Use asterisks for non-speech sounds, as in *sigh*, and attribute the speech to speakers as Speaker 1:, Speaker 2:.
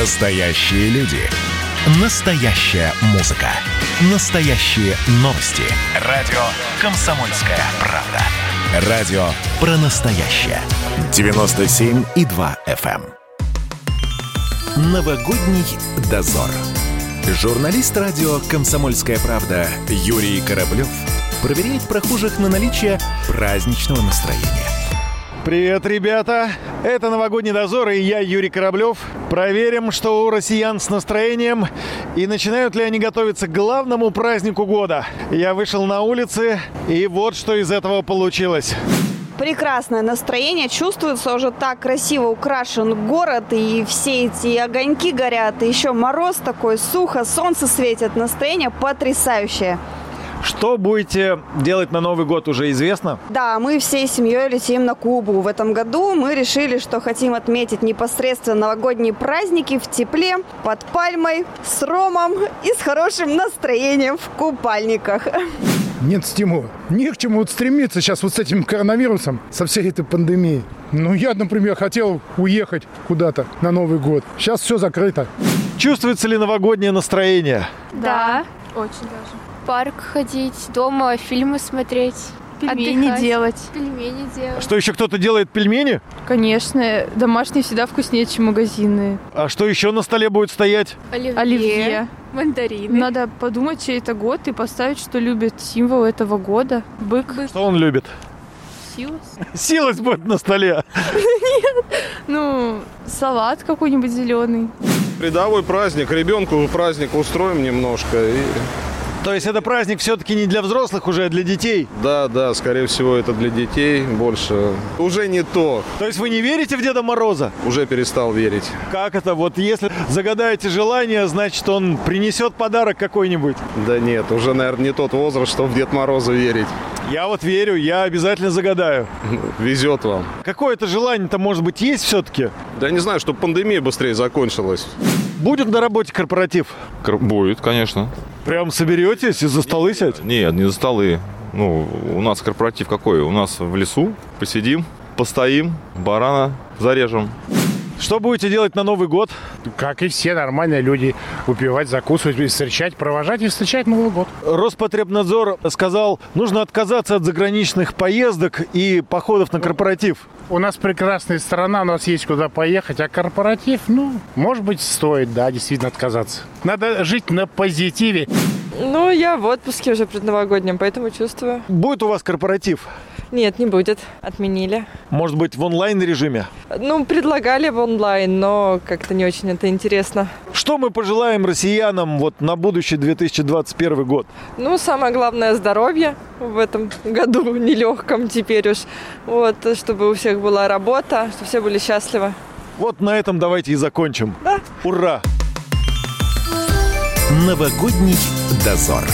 Speaker 1: Настоящие люди. Настоящая музыка. Настоящие новости. Радио Комсомольская правда. Радио про настоящее. 97,2 FM. эм. Новогодний дозор. Журналист радио «Комсомольская правда» Юрий Кораблев проверяет прохожих на наличие праздничного настроения.
Speaker 2: Привет, ребята! Это «Новогодний дозор» и я, Юрий Кораблев. Проверим, что у россиян с настроением и начинают ли они готовиться к главному празднику года. Я вышел на улицы, и вот что из этого получилось.
Speaker 3: Прекрасное настроение чувствуется, уже так красиво украшен город, и все эти огоньки горят, и еще мороз такой, сухо, солнце светит, настроение потрясающее.
Speaker 2: Что будете делать на Новый год, уже известно?
Speaker 3: Да, мы всей семьей летим на Кубу. В этом году мы решили, что хотим отметить непосредственно новогодние праздники в тепле, под пальмой, с ромом и с хорошим настроением в купальниках.
Speaker 4: Нет стимула. Не к чему вот стремиться сейчас вот с этим коронавирусом, со всей этой пандемией. Ну, я, например, хотел уехать куда-то на Новый год. Сейчас все закрыто.
Speaker 2: Чувствуется ли новогоднее настроение?
Speaker 5: Да.
Speaker 6: Очень даже.
Speaker 5: В парк ходить, дома фильмы смотреть.
Speaker 6: Пельмени
Speaker 5: отдыхать.
Speaker 6: делать.
Speaker 5: Пельмени делать.
Speaker 2: Что еще кто-то делает пельмени?
Speaker 6: Конечно, домашние всегда вкуснее, чем магазины.
Speaker 2: А что еще на столе будет стоять?
Speaker 5: Оливье.
Speaker 6: Оливье.
Speaker 5: Мандарины.
Speaker 6: Надо подумать, чей это год, и поставить, что любит символ этого года. Бык.
Speaker 2: Что он любит?
Speaker 6: Силос.
Speaker 2: Силос будет на столе.
Speaker 6: Ну, салат какой-нибудь зеленый.
Speaker 7: Рядовой праздник, ребенку праздник устроим немножко. И...
Speaker 2: То есть это праздник все-таки не для взрослых уже, а для детей?
Speaker 7: Да, да, скорее всего, это для детей больше. Уже не то,
Speaker 2: То есть вы не верите в Деда Мороза?
Speaker 7: уже перестал верить.
Speaker 2: Как это? Вот если загадаете желание, значит он принесет подарок какой-нибудь.
Speaker 7: Да нет, уже, наверное, не тот возраст, чтобы в Дед Мороза верить.
Speaker 2: Я вот верю, я обязательно загадаю.
Speaker 7: Везет вам.
Speaker 2: Какое-то желание-то, может быть, есть все-таки?
Speaker 7: Да не знаю, чтобы пандемия быстрее закончилась.
Speaker 2: Будет на работе корпоратив?
Speaker 8: Кр- Будет, конечно.
Speaker 2: Прям соберетесь и за столы сядете?
Speaker 8: Нет, не за столы. Ну, у нас корпоратив какой? У нас в лесу посидим, постоим, барана зарежем.
Speaker 2: Что будете делать на Новый год?
Speaker 4: Как и все нормальные люди, выпивать, закусывать, и встречать, провожать и встречать Новый год.
Speaker 2: Роспотребнадзор сказал, нужно отказаться от заграничных поездок и походов на корпоратив.
Speaker 4: У нас прекрасная страна, у нас есть куда поехать, а корпоратив, ну, может быть, стоит, да, действительно отказаться. Надо жить на позитиве.
Speaker 9: Ну, я в отпуске уже предновогоднем, поэтому чувствую.
Speaker 2: Будет у вас корпоратив?
Speaker 9: Нет, не будет. Отменили.
Speaker 2: Может быть, в онлайн-режиме?
Speaker 9: Ну, предлагали в онлайн, но как-то не очень это интересно.
Speaker 2: Что мы пожелаем россиянам вот на будущий 2021 год?
Speaker 9: Ну, самое главное здоровье в этом году *laughs* нелегком теперь уж. Вот, чтобы у всех была работа, чтобы все были счастливы.
Speaker 2: Вот на этом давайте и закончим.
Speaker 9: Да.
Speaker 2: Ура!
Speaker 1: Новогодний дозор.